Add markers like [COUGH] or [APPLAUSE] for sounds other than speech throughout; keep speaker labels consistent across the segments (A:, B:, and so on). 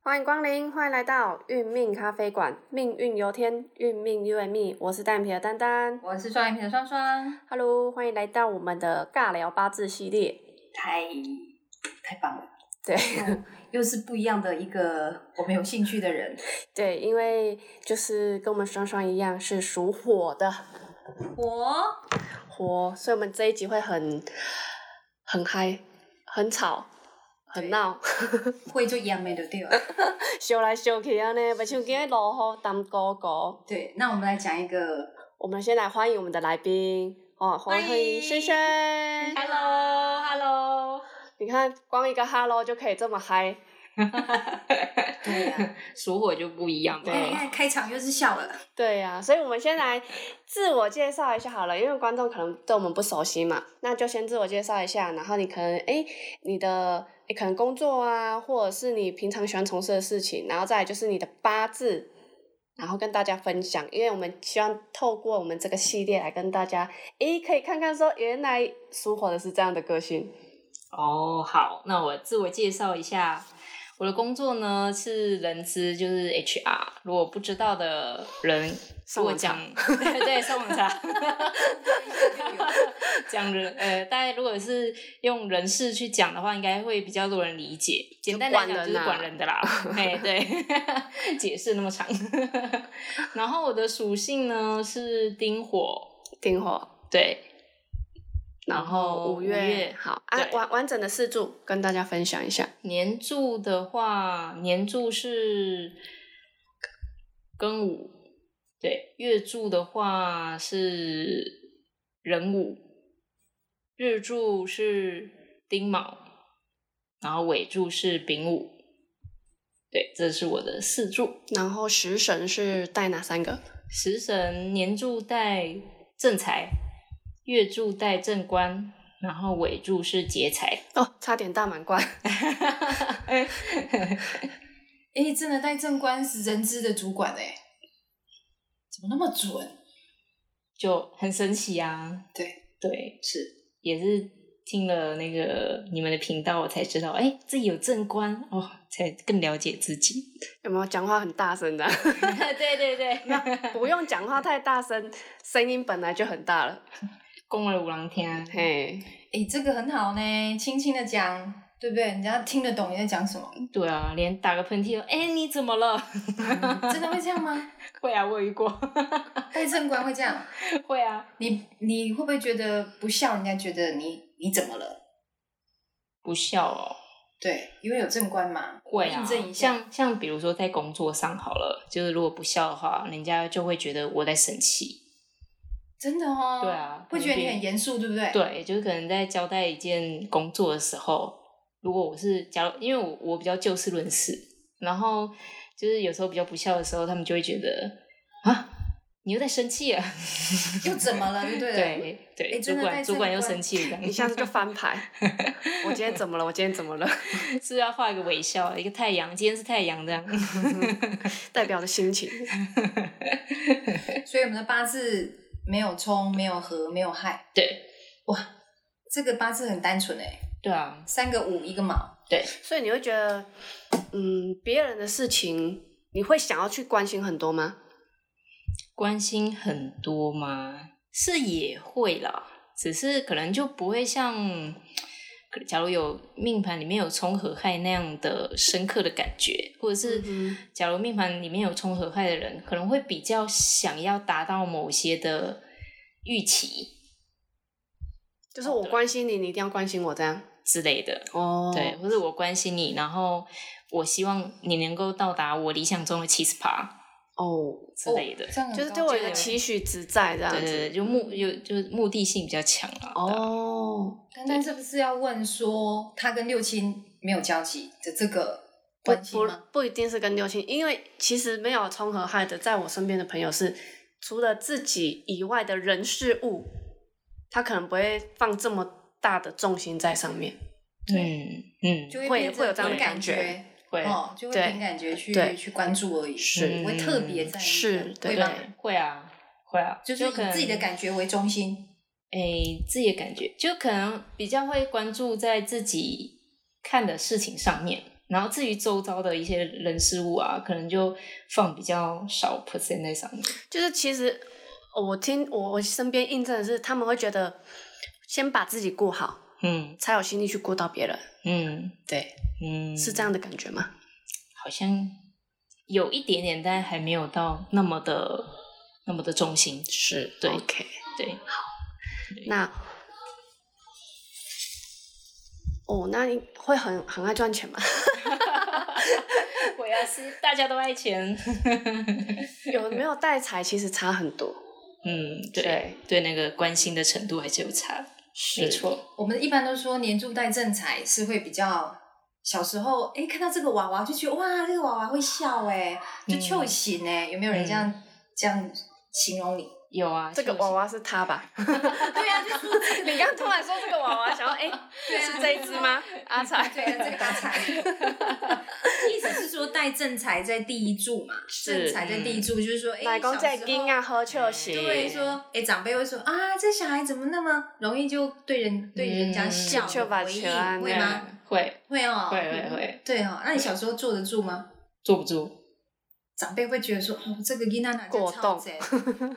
A: 欢迎光临，欢迎来到运命咖啡馆，命运由天，运命由命。我是单眼皮的丹丹
B: 我是双眼皮的双双，
A: ，Hello，欢迎来到我们的尬聊八字系列。
B: 太太棒了，
A: 对 [LAUGHS]
B: 又是不一样的一个我们有兴趣的人，
A: 对，因为就是跟我们双双一样是属火的
B: 我
A: 火，所以我们这一集会很很嗨、很吵、很
B: 对
A: 闹，
B: [LAUGHS]
A: [LAUGHS]
B: 会做杨梅的对吧？
A: 修来修去啊呢，不像今日落雨当狗狗。
B: 对，那我们来讲一个
A: 我们先来欢迎我们的来宾哦，欢
B: 欢
A: 迎
B: 迎
A: 轩轩。
B: ，Hello Hello，
A: 你看，光一个 “hello” 就可以这么嗨。
B: 对呀、 [LAUGHS]
C: 属火就不一样
B: 你看你
C: 了。
B: 看开场又是笑了， [LAUGHS]
A: 对呀、所以我们先来自我介绍一下好了，因为观众可能对我们不熟悉嘛，那就先自我介绍一下，然后你可能诶，你的诶可能工作啊，或者是你平常喜欢从事的事情，然后再来就是你的八字，然后跟大家分享，因为我们希望透过我们这个系列来跟大家诶，可以看看说原来属火的是这样的个性，
C: 哦，好，那我自我介绍一下，我的工作呢是人资，就是 HR。如果不知道的人，
A: 上
C: 跟我
A: 网查
C: 讲， [LAUGHS] 对对，上网查。讲人，呃，大家如果是用人事去讲的话，应该会比较多人理解。简单来
A: 就管
C: 讲就
A: 人
C: 是
A: 啊
C: 管人的啦，哎，对， [LAUGHS] 解释那么长。然后我的属性呢是丁火，
A: 丁火，
C: 对，
A: 然后哦五
C: 哦五
A: 月
C: 月
A: 好啊
C: 对
A: 完完整的四柱跟大家分享一下，
C: 年柱的话，年柱是庚午，对，月柱的话是壬午，日柱是丁卯，然后尾柱是丙午。对，这是我的四柱。
A: 然后食神是带哪三个？
C: 食神年柱带正财，月柱带正官，然后尾柱是劫财。 [LAUGHS]
A: 哦，差点大满贯。
B: 哎、真的戴正官是人资的主管哎、怎么那么准？
C: 就很神奇啊。
B: 对
C: 对，
B: 是
C: 也是听了那个你们的频道，我才知道，哎，自己有正官哦，才更了解自
B: [LAUGHS]
C: 己。
A: 有没有讲话很大声的？
C: 对对 [LAUGHS] 对，
A: 没有， [LAUGHS] 不用讲话太大声，声音本来就很大了。
C: 攻了五郎天啊，
A: 嘿，
B: 哎、这个很好呢，轻轻的讲，对不对？人家听得懂你在讲什么，
C: 对啊，连打个喷嚏都，哎，你怎么了？ [LAUGHS]
B: 真的会这样吗？
C: 会啊，我有遇过， [LAUGHS]
B: 戴正官会这样？
C: 会啊，
B: 你你会不会觉得不笑，人家觉得你你怎么了？
C: 不笑哦。
B: 对，因为有正官嘛，
C: 会啊
B: 印证，一下。
C: 像像比如说在工作上好了，就是如果不笑的话，人家就会觉得我在生气。
B: 真的哦，
C: 对啊
B: 会觉得你很严肃，对不对？，
C: 对，就是可能在交代一件工作的时候，如果我是假如，因为我我比较就事论事，然后就是有时候比较不孝的时候，他们就会觉得啊，你又在生气 [LAUGHS] 啊，
B: [LAUGHS] 又怎么了？对不对？
C: 对对，
B: 诶真
C: 主
B: 的在
C: 管主管
B: 这
C: 又
B: 个
C: 生
B: [LAUGHS]
C: 气了，
A: 你下次就翻
C: [LAUGHS]
A: 牌。我今天怎么了？我今天怎么了？ [LAUGHS]
C: 是不是要画一个微笑，一个太阳，今天是太阳这样， [LAUGHS]
A: 代表的心情。
B: 所以我们的八字没有冲，没有合，没有害，
C: 对
B: 这个八字很单纯哎，
C: 对啊，
B: 三个五一个卯，
C: 对
A: 所以你会觉得，嗯，别人的事情，你会想要去关心很多吗？
C: 关心很多吗？是也会啦，只是可能就不会像，可假如有命盘里面有冲和害那样的深刻的感觉，或者是
A: 嗯哼
C: 假如命盘里面有冲和害的人，可能会比较想要达到某些的预期
A: 就是我关心你，你一定要关心我这样。
C: 之类的，
A: 哦
C: 对，，或者我关心你，然后我希望你能够到达我理想中的七十趴
A: 哦，
C: 之类嗯的
B: 哦，这样很
A: 就是
B: 高
A: 对我有一
B: 阶
A: 个
B: 哦
A: 期许值在这样
C: 对
A: 子。
C: 对对，就目有就是目的性比较强啊，对啊
A: 哦，
B: 但但是不是要问说他跟六亲没有交集的这个
A: 不
B: 关系
A: 不
B: 吗？
A: 不一定是跟六亲，因为其实没有冲和害的，在我身边的朋友是除了自己以外的人事物，他可能不会放这么大的重心在上面。
C: 嗯嗯，
B: 就会
A: 会
B: 变成
A: 会有这样的
B: 凭
A: 感
B: 感
A: 觉
C: 会
B: 哦，就会
A: 对
B: 凭感觉
A: 对
B: 去去关注而已，
A: 是
B: 不会特别在意，
A: 是
B: 会
A: 对
B: 吗？
C: 对，会啊，会啊，
B: 就是以
C: 可能
B: 自己的感觉为中心，
C: 诶，哎自己的感觉，就可能比较会关注在自己看的事情上面，然后至于周遭的一些人事物啊，可能就放比较少 percent 在上面。
A: 就是其实呃我听我我身边印证的是，他们会觉得先把自己顾好，
C: 嗯
A: 才有心力去顾到别人。
C: 嗯
A: 对，
C: 嗯，
A: 是这样的感觉吗？
C: 好像有一点点，但还没有到那么的那么的重心。是哦对
A: OK，
C: 对，
A: 那哦，那你会很很爱赚钱吗？
C: [LAUGHS]
A: [LAUGHS]
C: 我要是大家都爱钱，
A: 有没有带财其实差很多。
C: [LAUGHS] 嗯，对对，那个关心的程度还是有差，没错，
B: 我们一般都说年柱带正财是会比较小时候，哎，看到这个娃娃就觉得哇，这个娃娃会笑哎，就
C: 嗯
B: 就型哎，有没有人这样、
A: 嗯
B: 这样形容你？
C: 有啊，
A: 这个
C: 就是
A: 娃娃是他吧？
B: [LAUGHS] 对呀、就说这
A: 你刚突然说这个娃娃，想要哎，
B: [LAUGHS] 对啊
A: 是这一只吗？阿彩，
B: 对啊，这个大财， [LAUGHS] 意思是说带正财在第一柱嘛，
C: 是
B: 正财在第一柱就是说，哎、
A: 嗯奶公在
B: 小时候
A: 金啊，喝秋喜。
B: 就会说，哎、长辈会说啊，这小孩怎么那么容易就对人对人家笑
A: 嗯就把
B: 的回
A: 球啊
B: 应，会吗？
C: 嗯会嗯
B: 会哦，
C: 会会会，
B: 对哦，那你小时候坐得住吗？
C: 坐不住，
B: 长辈会觉得说，哦，这个囡娜哪
A: 过动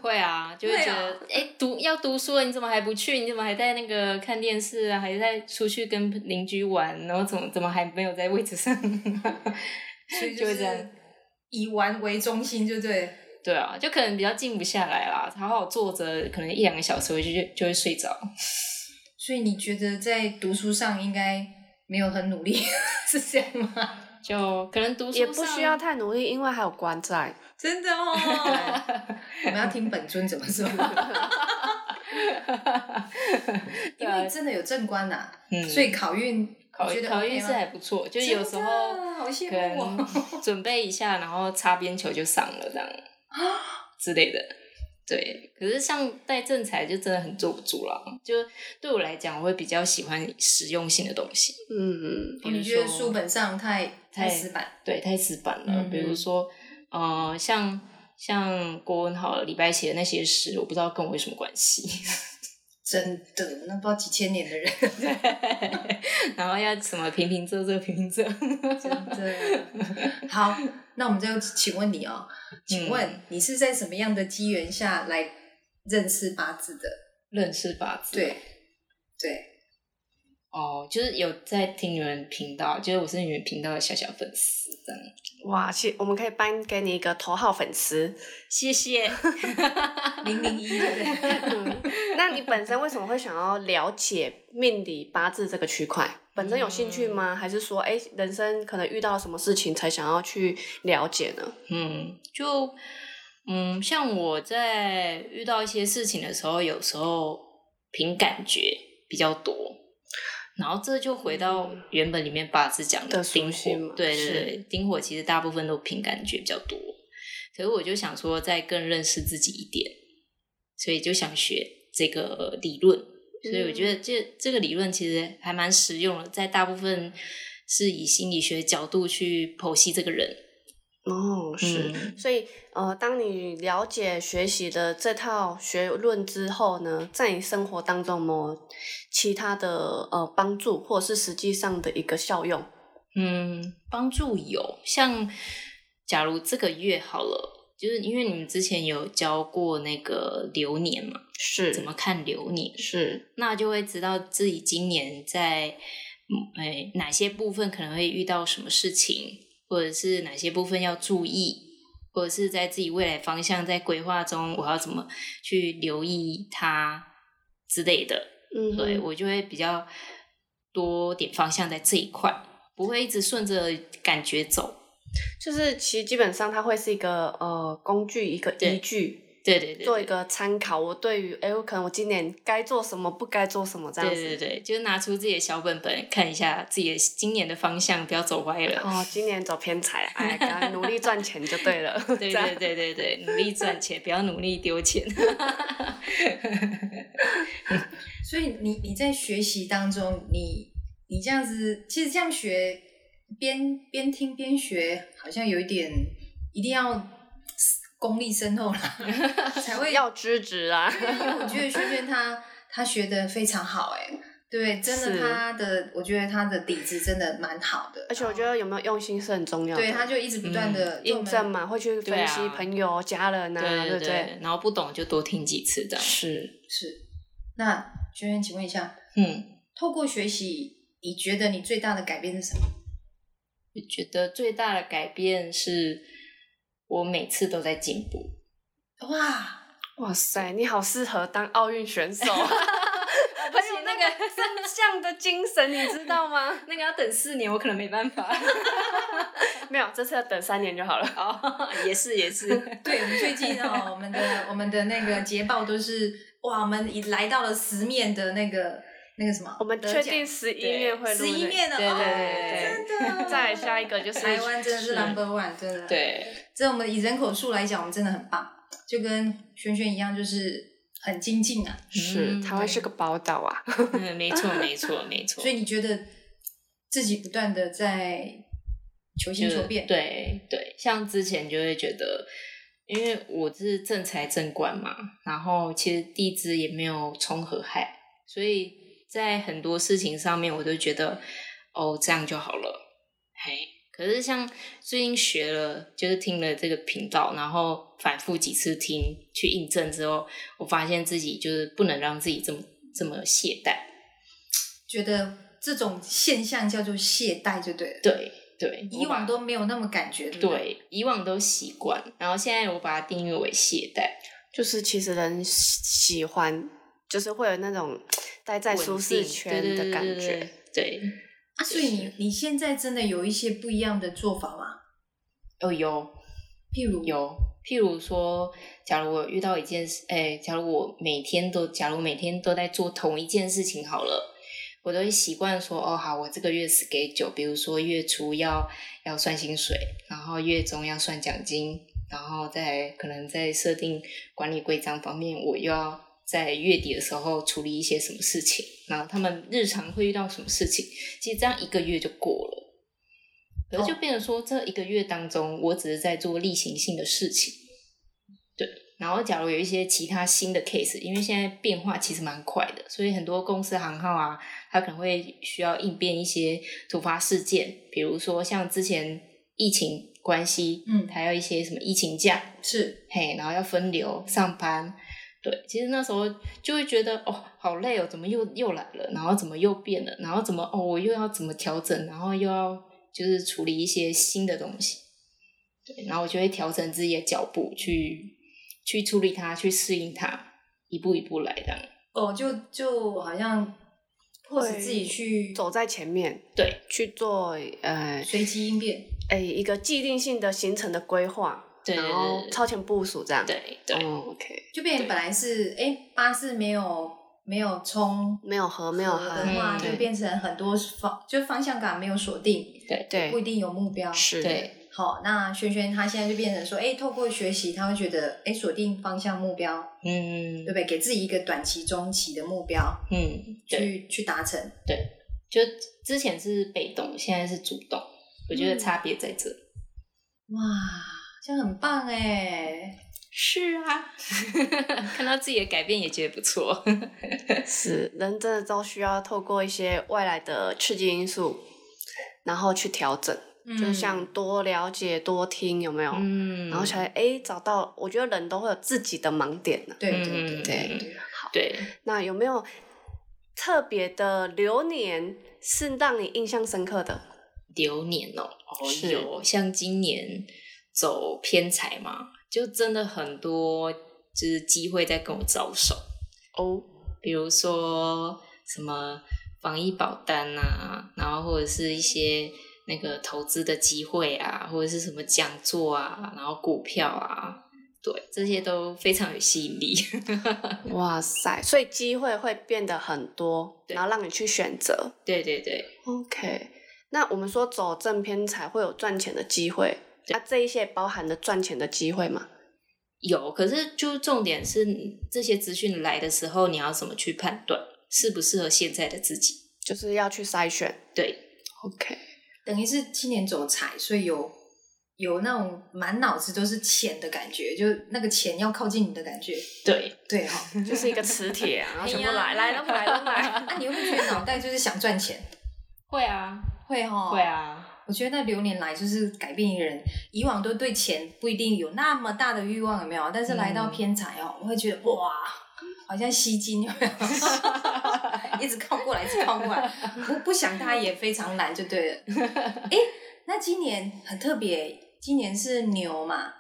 C: 会啊，就会
B: 会
C: 觉
B: 啊
C: 得哎，读要读书了，你怎么还不去？你怎么还在那个看电视啊？还在出去跟邻居玩？然后怎么怎么还没有在位置 [LAUGHS] 上？
B: 所
C: [LAUGHS]
B: 以
C: 就会
B: 是
C: 这样
B: 以玩为中心，就对。
C: 对啊，就可能比较静不下来啦，好好坐着，可能一两个小时回去就就会睡着。
B: 所以你觉得在读书上应该没有很努力， [LAUGHS] 是这样吗？
C: 就可能读书
A: 也不
C: 上
A: 需要太努力，因为还有关在。
B: 真的
C: [LAUGHS]
B: 哦，我们要听本尊怎么说，因为真的有正官呐、
C: 啊嗯
B: 所以考运，
C: 考
B: 你觉
C: 运
B: 得
C: 考
B: OK
C: 运是
B: 吗
C: 还不错，就是啊
B: 真
C: 有时
B: 的
C: 候
B: 好羡
C: 可
B: 慕哦 [LAUGHS]
C: 能准备一下，然后擦边球就上了这样
B: 啊
C: 之类的。对，可是像带正财就真的很坐不住了。就对我来讲，我会比较喜欢实用性的东西，
A: 嗯，
C: 比如
B: 你觉得
C: 说
B: 书本上太太
C: 太
B: 死板，
C: 对，太死板了。
B: 嗯
C: 比如说，呃，像像国文好了，李白写的那些诗，我不知道跟我有什么关系。 [LAUGHS]
B: 真的，那不知道几千年的人，
C: 然后要什么平平仄仄平平仄， [LAUGHS]
B: 真的。好，那我们再请问你哦，请问你是在什么样的机缘下来认识八字的？
C: 认识八字。
B: 对，对，
C: 哦，就是有在听你们频道，就是我是你们频道的小小粉丝，这样
A: 哇，其我们可以颁给你一个头号粉丝。
C: 谢谢。
B: 零零一，对不对？
A: 嗯， [LAUGHS] 那你本身为什么会想要了解命理八字这个区块？本身有兴趣
B: 嗯
A: 吗？还是说，哎、人生可能遇到什么事情才想要去了解呢？
C: 嗯，就嗯，像我在遇到一些事情的时候，有时候凭感觉比较多，然后这就回到原本里面八字讲
A: 嗯的属
C: 丁
A: 性
C: 火
A: 嘛，
C: 对
A: 是
C: 对对，丁火其实大部分都凭感觉比较多，可是我就想说再更认识自己一点，所以就想学这个理论，所以我觉得
A: 嗯
C: 这这个理论其实还蛮实用的，在大部分是以心理学角度去剖析这个人，
A: 哦，是。
C: 嗯
A: 所以，呃，当你了解学习的这套学论之后呢，在你生活当中有没有其他的呃帮助，或者是实际上的一个效用？
C: 嗯，帮助有，像假如这个月好了，就是因为你们之前有教过那个流年嘛，
A: 是
C: 怎么看流年，
A: 是
C: 那就会知道自己今年在嗯哎、哪些部分可能会遇到什么事情，或者是哪些部分要注意，或者是在自己未来方向在规划中，我要怎么去留意它之类的。
A: 嗯哼，
C: 对我就会比较多点方向在这一块，不会一直顺着感觉走。
A: 就是其实基本上它会是一个呃工具，一个
C: 对
A: 依据，
C: 对对对，
A: 做一
C: 对
A: 个参考。我对于哎，诶我可能我今年该做什么，不该做什么这样
C: 对
A: 子。
C: 对对，就是拿出自己的小本本看一下自己的今年的方向，不要走歪了。
A: 哦，今年走偏财，
C: [LAUGHS]
A: 哎，赶快努力赚钱就对了。
C: 对
A: [LAUGHS] 这样啊
C: 对对对对，努力赚钱，不要努力丢钱。
B: [LAUGHS]
C: [LAUGHS]
B: 所以你你在学习当中，你你这样子，其实这样学，边边听边学，好像有一点一定要功力深厚 [LAUGHS] 啦，才会
A: 要支持啊。
B: 因为我觉得轩轩他他学的非常好哎、对，真的
A: 是
B: 他的，我觉得他的底子真的蛮好的，
A: 而且我觉得有没有用心是很重要的。
B: 对，他就一直不断的
A: 印证，嘛，会去
C: 对
A: 分析
C: 啊
A: 朋友、家人啊，
C: 对
A: 对不对？
C: 对，然后不懂就多听几次这样。
A: 是，
B: 是。那娟娟，请问一下，
C: 嗯，
B: 透过学习，你觉得你最大的改变是什么？
C: 我觉得最大的改变是我每次都在进步。
A: 哦
B: 哇，
A: 哇塞，你好适合当奥运选手，很有那个正向的精神，你知道吗？
C: [LAUGHS] 那个要等四年，我可能没
A: [LAUGHS]
C: 办法。
A: 没有，这次要等三年就好了。
C: 哦，也是也是，
B: 对我们最近哦，我们的我们的那个捷报都是哇，我们已来到了十面的那个那个什么，
A: 我们
B: 得
A: 确
B: 奖
A: 定十一
C: 对
A: 面会录
B: 十一
A: 的
B: 面了，
C: 对对
B: 哦
C: 对
B: 真的。哦
A: 再来下一个就是
B: 台湾真的是
C: 是
B: number one，真的。，
C: [LAUGHS] 对，
B: 这我们以人口数来讲，我们真的很棒，就跟轩轩一样，就是很精进啊。
A: 是
C: 嗯
A: 台湾是个宝岛啊，
C: 嗯，没错没错没错。
B: 所以你觉得自己不断的在求新求变，，
C: 对对，像之前就会觉得，因为我是正财正官嘛，然后其实地支也没有冲合害，所以在很多事情上面，我都觉得哦，这样就好了。嘿，可是像最近学了，就是听了这个频道，然后反复几次听去印证之后，我发现自己就是不能让自己这么这么懈怠。
B: 觉得这种现象叫做懈怠，就对了。，
C: 对对，
B: 以
C: 我把
B: 往都没有那么感
A: 嗯
B: 觉，对不对？
C: 对，以往都习惯，然后现在我把它定义为懈怠，
A: 就是其实人喜喜欢，就是会有那种待在
C: 稳
A: 舒适
C: 定
A: 圈
C: 对对
A: 的
C: 对
A: 感
C: 对
A: 觉。
C: 对，对
B: 啊，所以你你现在真的有一些不一样的做法吗？
C: 哦有
B: 譬如，
C: 有，譬如说，假如我遇到一件事，哎，假如我每天都，假如每天都在做同一件事情好了。我都会习惯说哦，好，我这个月 schedule，比如说月初要要算薪水，然后月中要算奖金，然后再可能在设定管理规章方面，我又要在月底的时候处理一些什么事情，然后他们日常会遇到什么事情，其实这样一个月就过了。可是就变成说，这一个月当中，我只是在做例行性的事情，对。然后，假如有一些其他新的 case，因为现在变化其实蛮快的，所以很多公司行号啊，它可能会需要应变一些突发事件，比如说像之前疫情关系，
B: 嗯
C: 还有一些什么疫情假，
B: 是
C: 嘿，然后要分流上班，对，其实那时候就会觉得哦，好累哦，怎么又又来了，然后怎么又变了，然后怎么哦，我又要怎么调整，然后又要就是处理一些新的东西，对，然后我就会调整自己的脚步去去处理它，去适应它，一步一步来这样，
B: 哦，就就好像迫使自己去
A: 走在前面
C: 对，
A: 去做呃
B: 随机应变。
A: 诶一个既定性的行程的规划，
C: 对
A: 然后超前部署这样。
C: 对对，
A: 哦，OK，
B: 就变成本来是哎巴士没有没有冲
A: 没有合，没有
B: 合的
A: 合，
B: 话，
C: 嗯
B: 就
C: 对
B: 变成很多方就方向感没有锁定，不一
A: 对，
B: 定有目标。
A: 是，
C: 对，
B: 好，那轩轩他现在就变成说，哎，透过学习，他会觉得哎锁定方向目标，
C: 嗯
B: 对不对？给自己一个短期、中期的目标
C: 嗯，对。
B: 去去达成。
C: 就之前是被动，现在是主动，
A: 嗯
C: 我觉得差别在这。
B: 哇，这样很棒哎！
C: 是啊， [LAUGHS] 看到自己的改变也觉得不错。
A: 是，人真的都需要透过一些外来的刺激因素，然后去调整，就
B: 嗯
A: 像多了解、多听，有没有？
C: [LAUGHS] 嗯
A: 然后才诶找到，我觉得人都会有自己的盲点呢、
B: 对对
A: 对
B: 对
C: 嗯
B: 对，
C: 对，
A: 那有没有特别的流年是让你印象深刻的？
C: 流年哦，哦
A: 是
C: 有像今年走偏财嘛，就真的很多就是机会在跟我招手，
A: 哦，
C: 比如说什么防疫保单啊，然后或者是一些。那个投资的机会啊，或者是什么讲座啊，然后股票啊，对，这些都非常有吸引力。 [LAUGHS]
A: 哇塞！所以机会会变得很多，
C: 对
A: 然后让你去选择。
C: 对对对，
A: OK，那我们说走正偏才会有赚钱的机会，那、
C: 对
A: 这一些包含了赚钱的机会嘛？
C: 有，可是就重点是你这些资讯来的时候，你要怎么去判断适不适合现在的自己？
A: 就是要去筛选。
C: 对， [LAUGHS]
A: OK，
B: 等于是今年走财，所以有有那种满脑子都是钱的感觉，就那个钱要靠近你的感觉。
C: 对，
B: 对哈、哦，
A: 就是一个磁铁啊，然后全部
C: 哎呀
A: 来来都来都 [LAUGHS] 来。
B: 啊那、你会不会觉得脑袋就是想赚钱？
C: 会啊，
B: 会哈、
C: 会。啊，
B: 我觉得那流年来就是改变一个人，以往都对钱不一定有那么大的欲望，有没有？但是来
C: 嗯
B: 到偏财哦，我会觉得哇，好像吸金，有没有？ [LAUGHS] 一直靠过来，一直靠过来，不不想他也非常难，就对了。诶，那今年很特别，今年是牛嘛，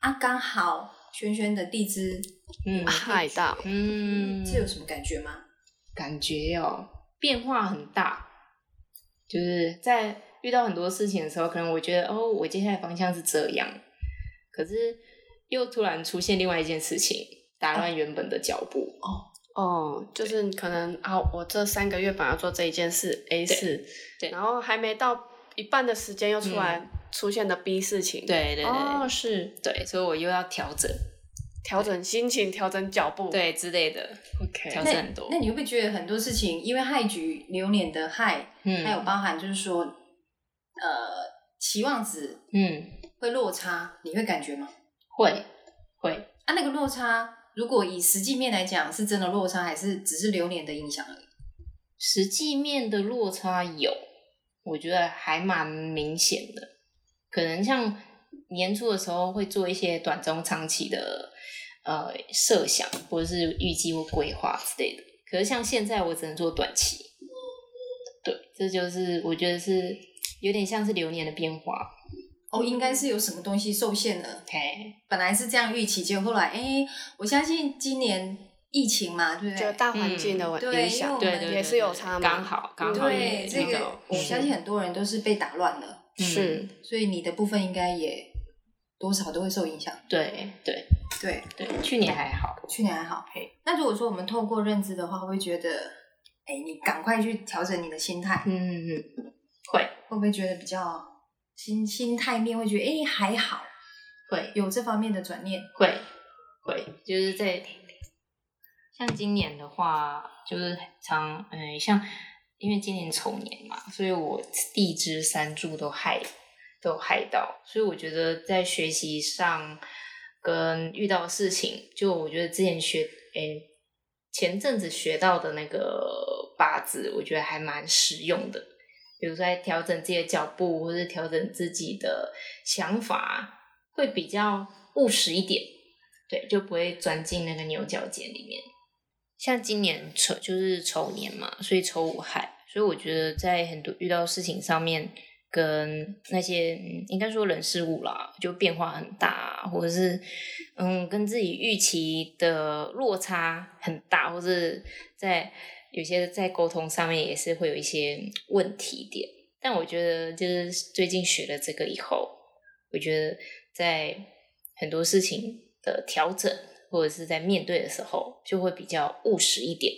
B: 啊，刚好轩轩的地支，
C: 嗯
A: 海盗，
C: 嗯，
B: 这有什么感觉吗？
C: 感觉哦，变化很大，就是在遇到很多事情的时候，可能我觉得哦，我接下来方向是这样，可是又突然出现另外一件事情，打乱原本的脚步。
A: 哦，就是可能啊，我这三个月本来要做这一件事 A 事，
C: 对嗯
A: 然后还没到一半的时间又出来出现的 B 事情，，
C: 对对对，
A: 哦是
C: 对，所以我又要调整，
A: 调整心情，调整脚步，
C: 对之类的，调
A: ，OK，
C: 整很多
B: 那。你会不会觉得很多事情，因为亥局流年的亥，
C: 嗯，
B: 还有包含就是说，呃，期望值
C: 嗯，
B: 会落差，你会感觉吗？
C: 会会，
B: 啊，那个落差，如果以实际面来讲，是真的落差，还是只是流年的影响而已？
C: 实际面的落差有，我觉得还蛮明显的。可能像年初的时候会做一些短中长期的呃设想，或者是预计或规划之类的。可是像现在我只能做短期，对，这就是我觉得是有点像是流年的变化。
B: 哦，应该是有什么东西受限了。
C: OK，
B: 本来是这样预期，结果后来，哎，我相信今年疫情嘛，对不
A: 就
B: 对？
A: 大环境的
B: 对
A: 影响，
B: 因为
C: 对
B: 我
C: 嗯
B: 们
C: 对对，
A: 也是有差嘛
C: 刚好刚好
B: 对
C: 也
B: 这
C: 遇
B: 个
C: 到，
B: 我相信很多人都是被打乱了，
C: 嗯
A: 是
B: 所以你的部分应该也多少都会受影响。
C: 对对
B: 对，
C: 对，去年还好，
B: 去年还好
C: 嘿。
B: 那如果说我们透过认知的话，会不会觉得，哎，你赶快去调整你的心态，
C: 嗯嗯嗯，会
B: 会不会觉得比较心心态面会觉得，哎，还好，
C: 会
B: 有这方面的转念。
C: 会会，就是在像今年的话，就是常嗯、像因为今年丑年嘛，所以我地支三柱都害都害到，所以我觉得在学习上跟遇到的事情，就我觉得之前学诶、前阵子学到的那个八字，我觉得还蛮实用的。比如说在调整自己的脚步，或是调整自己的想法，会比较务实一点，对，就不会钻进那个牛角尖里面。像今年丑就是丑年嘛，所以丑五亥，所以我觉得在很多遇到事情上面，跟那些、嗯应该说人事物啦，就变化很大，啊或者是嗯跟自己预期的落差很大，或是在有些在沟通上面也是会有一些问题点。但我觉得就是最近学了这个以后，我觉得在很多事情的调整，或者是在面对的时候，就会比较务实一点。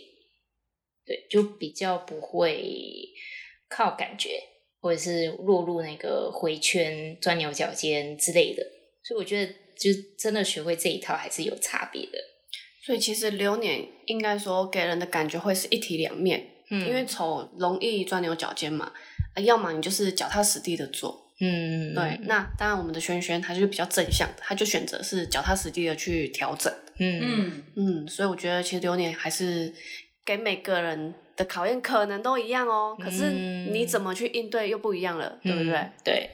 C: 对，就比较不会靠感觉，或者是落入那个回圈、钻牛角尖之类的。所以我觉得，就真的学会这一套还是有差别的。
A: 所以其实流年应该说给人的感觉会是一体两面，
C: 嗯
A: 因为丑容易钻牛角尖嘛，呃要么你就是脚踏实地的做，
C: 嗯，
A: 对，那当然我们的轩轩他就是比较正向的，他就选择是脚踏实地的去调整。
C: 嗯，
A: 嗯，所以我觉得其实流年还是给每个人的考验可能都一样哦，可是
C: 嗯
A: 你怎么去应对又不一样了，对不对？
C: 嗯？对，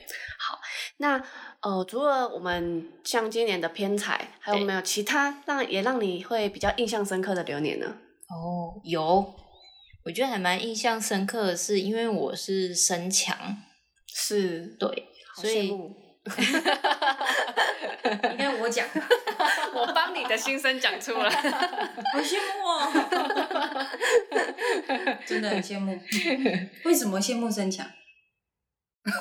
A: 那呃，除了我们像今年的偏财，还有
C: 对
A: 没有其他让也让你会比较印象深刻的流年呢？
C: 哦，有，我觉得还蛮印象深刻的是，因为我是身强，
A: 是，
C: 对，
A: 好
C: 所
A: 羡
C: 以
A: 慕，
B: 应该嗯我讲，
A: [LAUGHS] 我帮你的心声讲出来。[LAUGHS]
B: [LAUGHS] 好羡慕哦， [LAUGHS] 真的很羡 [LAUGHS] 慕。为什么羡慕身强？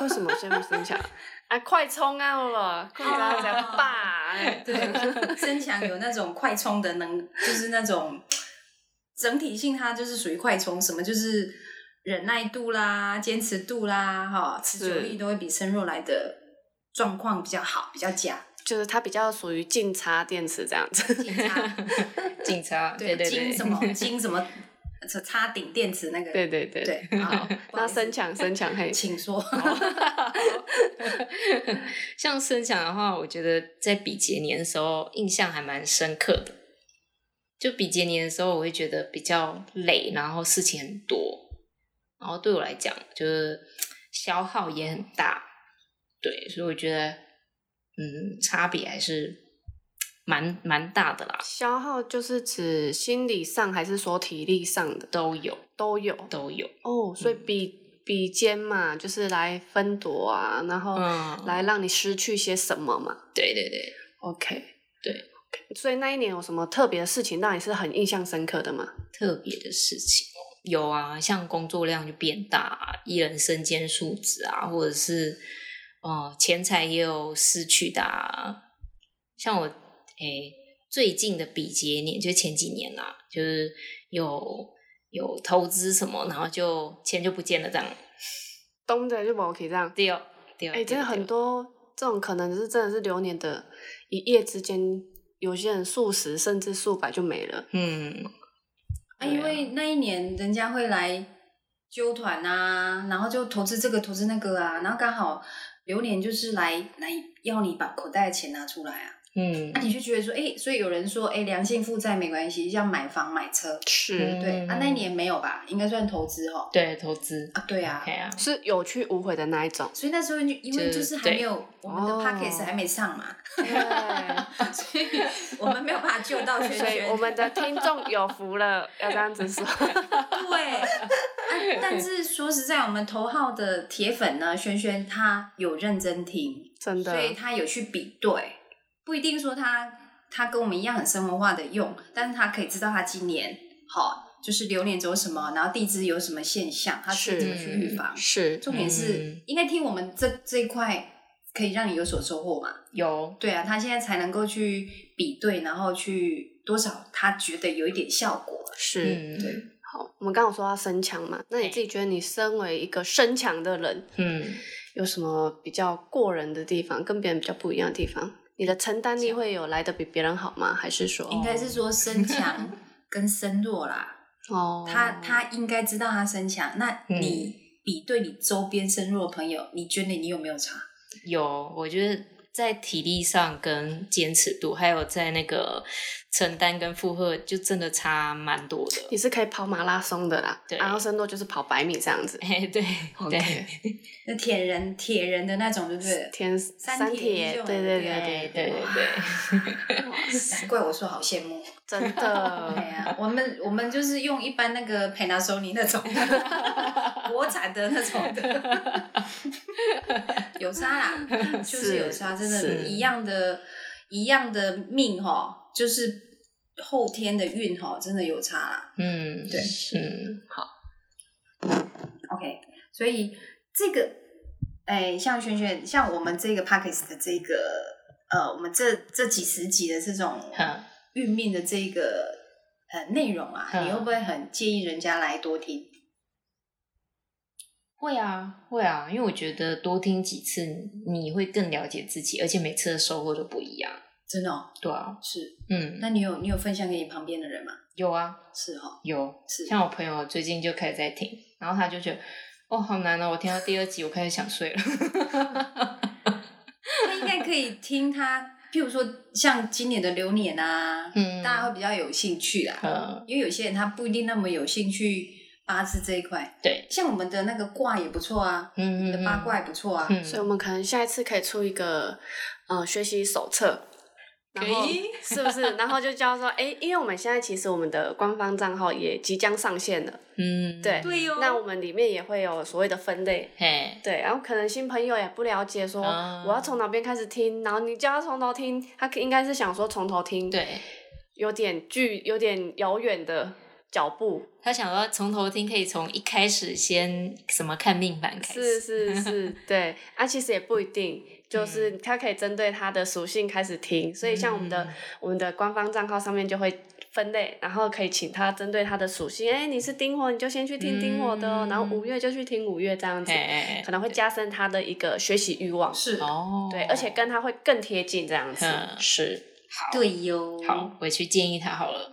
A: 为什么羡慕身强？ [LAUGHS] 啊，快冲啊了，快点怎
B: 哦
A: 样吧？哎
B: 对， [LAUGHS] 身强有那种快充的能，就是那种整体性，它就是属于快充，什么就是忍耐度啦、坚持度啦、哈持久力都会比身弱来的状况比较好，比较佳。
A: [LAUGHS] 就是它比较属于静插电池这样子。 [LAUGHS]
B: 警察
C: 警察，对对
B: 金
C: 对，
B: 什么金什么插插顶电池那个。
A: 对对对， [LAUGHS]
B: 对，好，不好
A: 那
B: 意思
A: 声抢声抢嘿， [LAUGHS]
B: 请说。
C: [LAUGHS] 像声响的话，我觉得在比劫年的时候印象还蛮深刻的。就比劫年的时候，我会觉得比较累，然后事情很多，然后对我来讲就是消耗也很大。对，所以我觉得，嗯，差别还是蛮蛮大的啦，
A: 消耗就是指心理上还是说体力上的
C: 都有
A: 都有
C: 都有。
A: 哦，所以比比肩嘛，就是来分夺啊，然后
C: 嗯
A: 来让你失去些什么嘛。
C: 对对对，
A: OK，
C: 对
A: OK，所以那一年有什么特别的事情让你是很印象深刻的吗？
C: 特别的事情哦有啊，像工作量就变大、啊，艺人身兼数职啊，或者是呃钱财也有失去的、啊。像我诶、最近的比劫年，就是前几年啦、就是有有投资什么，然后就钱就不见了这样。
A: 东的就 OK 这样，
C: 对哦，对哦，
A: 哎、真的
C: 对哦
A: 很多这种可能是真的是流年的，一夜之间，有些人数十甚至数百就没了。
C: 嗯，
B: 啊，因为那一年人家会来揪团啊，然后就投资这个投资那个啊，然后刚好榴莲就是来来要你把口袋的钱拿出来啊，
C: 嗯
B: 那、你就觉得说，哎、所以有人说，哎、良性负债没关系，像买房买车，
A: 是，
B: 对、啊，
C: 嗯
B: 那一年没有吧，应该算投资哦，
C: 对投资，
B: 啊，对啊。
C: 哎，呀、
A: 是有去无回的那一种
B: 所以那时候就因为
C: 就
B: 就是还没有我们的
A: 哦
B: podcast 还没上嘛， [LAUGHS]
A: 对。
B: 所以我们没有办法救到圈
A: 所以
B: 圈，
A: 我们的听众有福了，要这样子 [LAUGHS] 说。
B: 对、啊但是说实在，我们头号的铁粉呢，轩轩他有认真听，
A: 真的
B: 所以他有去比对，不一定说他他跟我们一样很生活化的用，但是他可以知道他今年好就是流年走什么，然后地支有什么现象，他是
A: 是
B: 怎么去预防。
A: 是
B: 重点是、
C: 嗯
B: 应该听我们这这一块。可以让你有所收获嘛？
C: 有
B: 对啊，他现在才能够去比对，然后去多少他觉得有一点效果。
A: 是，
C: 嗯
B: 对
A: 好，我们刚刚有说到身强嘛，那你自己觉得你身为一个身强的人，
C: 嗯。
A: 有什么比较过人的地方，跟别人比较不一样的地方？你的承担力会有来的比别人好吗？还是说，
B: 应该是说身强跟身弱啦。
A: 哦，
B: 他他应该知道他身强，那
C: 嗯
B: 你比对你周边身弱的朋友，你觉得你有没有差？
C: 有，我觉得在体力上跟坚持度，还有在那个承担跟负荷，就真的差蛮多
A: 你
C: 的。
A: 是可以跑马拉松的啦，
C: 对
A: 然后身弱就是跑百米这样子，
C: 哎，对
A: OK
B: 那铁人铁人的那种，对不对？
A: 天三
B: 铁一
A: 铁，
B: 就
A: 对对对
B: 对
C: 对对对对，
B: 难怪我说好羡慕。
A: 真
B: 对
A: 的，
B: 哎呀、我们我们就是用一般那个 Panasonic 那种 [LAUGHS] 国产的那种的，有差啦，就是有差，真的，
A: 是
B: 一样的，一样的命哈，就是后天的运哈，真的有差啦。
C: 嗯，
B: 对
C: 嗯，
B: OK，所以这个，哎，像萱萱，像我们这个 p a c k e s 的这个，呃，我们这这几十集的这种
C: 好，
B: 运命的这个呃内容啊，
C: 嗯
B: 你会不会很介意人家来多听？
C: 会啊，会啊，因为我觉得多听几次，你会更了解自己，而且每次的收获都不一样。
B: 真的、哦、
C: 对啊，
B: 是？
C: 嗯，
B: 那你有你有分享给你旁边的人吗？
C: 有啊，
B: 是哦，
C: 有，
B: 是。
C: 像我朋友最近就开始在听，然后他就觉得，哦，好难哦，我听到第二集，我开始想睡了。
B: 他应该可以听他，譬如说像今年的流年啊，
C: 嗯
B: [LAUGHS] 大家会比较有兴趣啦。
C: 呃，
B: 因为有些人他不一定那么有兴趣八字这一块，
C: 对，
B: 像我们的那个卦也不错啊，
C: 嗯，
B: 你的
C: 嗯
B: 八卦也不错啊，
C: 嗯，
A: 所以我们可能下一次可以出一个呃学习手册。然后
C: 可以
A: [LAUGHS] 是不是？然后就教说，哎，因为我们现在其实我们的官方账号也即将上线了，
C: 嗯，
A: 对
B: 对哟
A: 那我们里面也会有所谓的分类，
C: 嘿，
A: 对，然后可能新朋友也不了解说
C: 啊
A: 我要从哪边开始听，然后你叫他从头听，他可应该是想说从头听，，
C: 对
A: 有点距有点遥远的脚步，
C: 他想要从头听，可以从一开始先什么看命盘开
A: 是
C: 始，嗯
A: 是
C: [LAUGHS]
A: 是，对，啊，其实也不一定，就是它可以针对它的属性开始听，所以像我们的、
C: 嗯
A: 我们的官方账号上面就会分类，然后可以请他针对他的属性，哎，你是丁火，你就先去听丁火的哦，然后五月就去听五月这样子
C: 嗯嘿，哎，
A: 可能会加深他的一个学习欲望，
B: 是
C: 哦，
A: 对，而且跟他会更贴近这样子，
C: 嗯是，好，
B: 对哟，
C: 好，我去建议他
A: [LAUGHS]
C: 好了，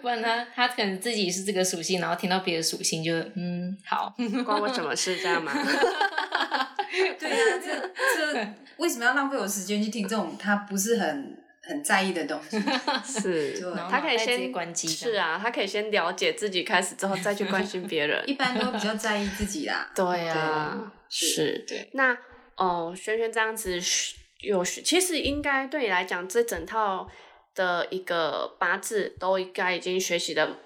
C: 不然他他可能自己是这个属性，然后听到别的属性就嗯好，
A: 关我什么事，这
C: [LAUGHS]
A: 样吗？
B: 对啊，这
C: [LAUGHS]
B: 这为什么要浪费我时间去听这种他不是很很在意的东西？ [LAUGHS]
A: 是
B: 对然，后
A: 他可以
C: 脑袋直接
A: 先
C: 关机
A: 是啊，他可以先了解自己开始之后，再去关心别人
B: 一。般都比较在意自己啦。
A: 对啊，
C: 是对，
A: 那哦，轩轩这样子有，其实应该对你来讲，这整套的一个八字都应该已经学习了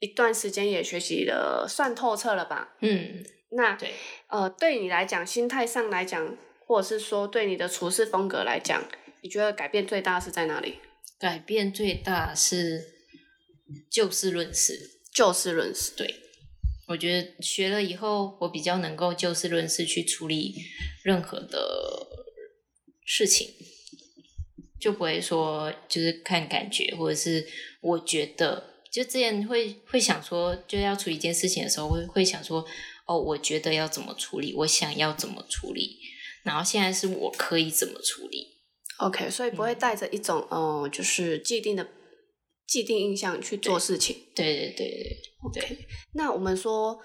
A: 一段时间，也学习的算透彻了吧？
C: 嗯
A: 那
C: 对，
A: 呃，对你来讲，心态上来讲，或者是说对你的处事风格来讲，你觉得改变最大是在哪里？
C: 改变最大是就事论事，
A: 就事论事。
C: 我觉得学了以后，我比较能够就事论事去处理任何的事情，就不会说就是看感觉，或者是我觉得，就之前会会想说，就要处理一件事情的时候，会会想说，哦，我觉得要怎么处理，我想要怎么处理，然后现在是我可以怎么处理，
A: OK，所以不
C: 嗯
A: 会带着一种哦、呃就是既定的既定印象去做事情。
C: 对对对对对，
A: 那我们说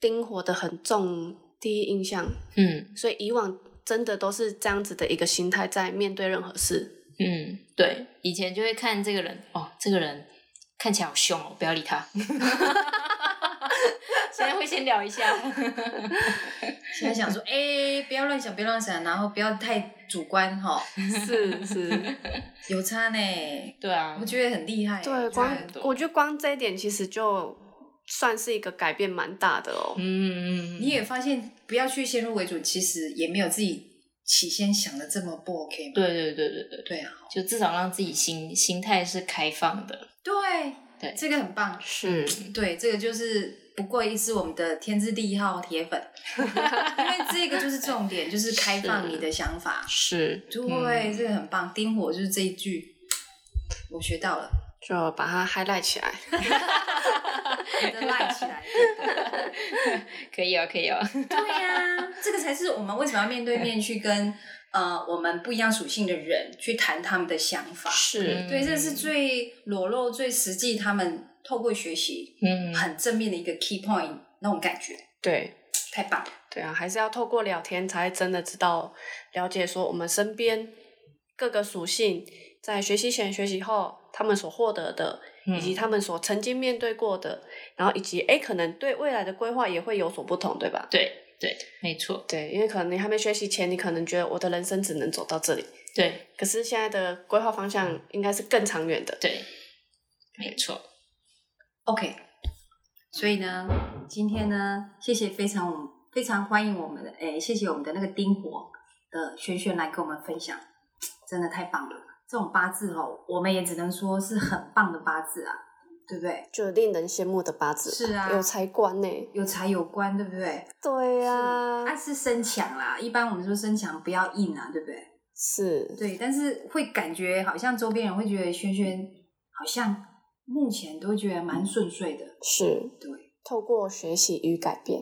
A: 丁活得很重，第一印象，
C: 嗯
A: 所以以往真的都是这样子的一个心态在面对任何事。
C: 嗯，对，以前就会看这个人，哦，这个人看起来好凶哦，不要理他。 [LAUGHS] 现在会先聊一下，
B: 现在
C: [LAUGHS]
B: 想说，哎、不要乱想，不要乱想，然后不要太主观哈，
A: 是是，
B: 有差呢。
C: 对啊
B: 我，觉得很厉
A: [LAUGHS]
B: 害，
A: 对，光
C: 嗯
B: 真的
A: 我觉得光这一点其实就算是一个改变蛮大的哦。
C: 嗯嗯
B: 你也发现，不要去先入为主，其实也没有自己起先想的这么不 OK 嘛。
C: 对对对对对，
B: 对啊，
C: 就至少让自己心心态是开放的，
B: 对
C: 对
B: 这个很棒。
A: 是，
B: 对，这个就是不过一是我们的天字第一号铁粉，因为这个就是重点，就是开放你的想法。
A: 是，
B: 对，这个很棒。丁火就是这一句，我学到了，
A: 就把它 highlight 起来。
B: 我的赖起来。
C: 可以啊，可以啊，
B: 对呀、这个才是我们为什么要面对面去跟呃我们不一样属性的人去谈他们的想法。
A: 是，
B: 对，这是最裸露、最实际，他们透过学习
C: 嗯
B: 很正面的一个 key point 那种感觉，
A: 对。
B: 太棒了。
A: 对啊，还是要透过聊天才真的知道了解说我们身边各个属性在学习前、学习后他们所获得的，
C: 嗯 [LAUGHS]
A: 以及他们所曾经面对过的，然后以及诶可能对未来的规划也会有所不同，对吧？
C: 对对，没错，
A: 对，因为可能你还没学习前，你可能觉得我的人生只能走到这里，
C: 对
A: 可是现在的规划方向应该是更长远的。
C: 对，没错，
B: OK，所以呢，今天呢，谢谢非常我们非常欢迎我们的，哎，谢谢我们的那个丁火的轩轩来跟我们分享，真的太棒了。这种八字哦，我们也只能说是很棒的八字啊，对不对？
A: 就令人羡慕的八字，
B: 是啊
A: 有财官呢。
B: 有财有官，对不对？
A: 对呀、啊，
B: 它是身强啦，一般我们说身强不要硬啊，对不对？
A: 是，
B: 对，但是会感觉好像周边人会觉得轩轩好像目前都觉得蛮顺遂的。
A: 是
B: 对
A: 透过学习与改变。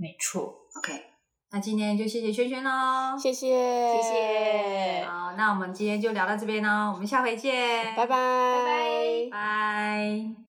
C: 没错，
B: ，OK，那今天就谢谢轩轩喽，
A: 谢谢，
C: 谢谢
B: 好，哦那我们今天就聊到这边喽，我们下回见，
A: 拜拜，拜
C: 拜
B: 拜。